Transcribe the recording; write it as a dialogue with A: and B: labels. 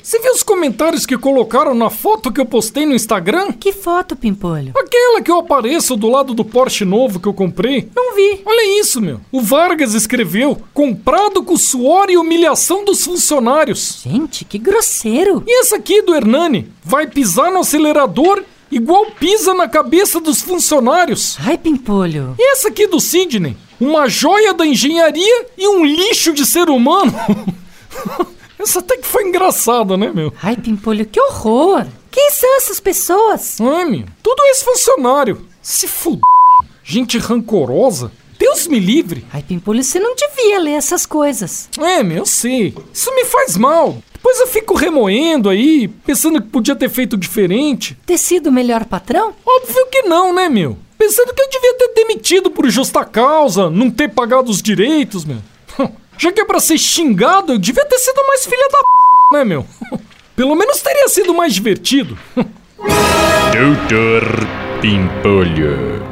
A: Você viu os comentários que colocaram na foto que eu postei no Instagram?
B: Que foto, Pimpolho?
A: Aquela que eu apareço do lado do Porsche novo que eu comprei?
B: Não vi.
A: Olha isso, meu. O Vargas escreveu: comprado com suor e humilhação dos funcionários.
B: Gente, que grosseiro.
A: E essa aqui do Hernani? Vai pisar no acelerador igual pisa na cabeça dos funcionários.
B: Ai, Pimpolho.
A: E essa aqui do Sidney? Uma joia da engenharia e um lixo de ser humano? essa até que foi engraçada, né, meu?
B: Ai, Pimpolho, que horror. Quem são essas pessoas?
A: Ai, meu, tudo esse funcionário. Se fuder. Gente rancorosa. Deus me livre.
B: Ai, Pimpolho, você não devia ler essas coisas.
A: É, meu, eu sei. Isso me faz mal. Depois eu fico remoendo aí, pensando que podia ter feito diferente.
B: Ter sido o melhor patrão?
A: Óbvio que não, né, meu? Pensando que eu devia ter demitido por justa causa, não ter pagado os direitos, meu. Já que é pra ser xingado, eu devia ter sido mais filha da p, né, meu? Pelo menos Hum, teria sido mais divertido.
C: Doutor Pimpolho.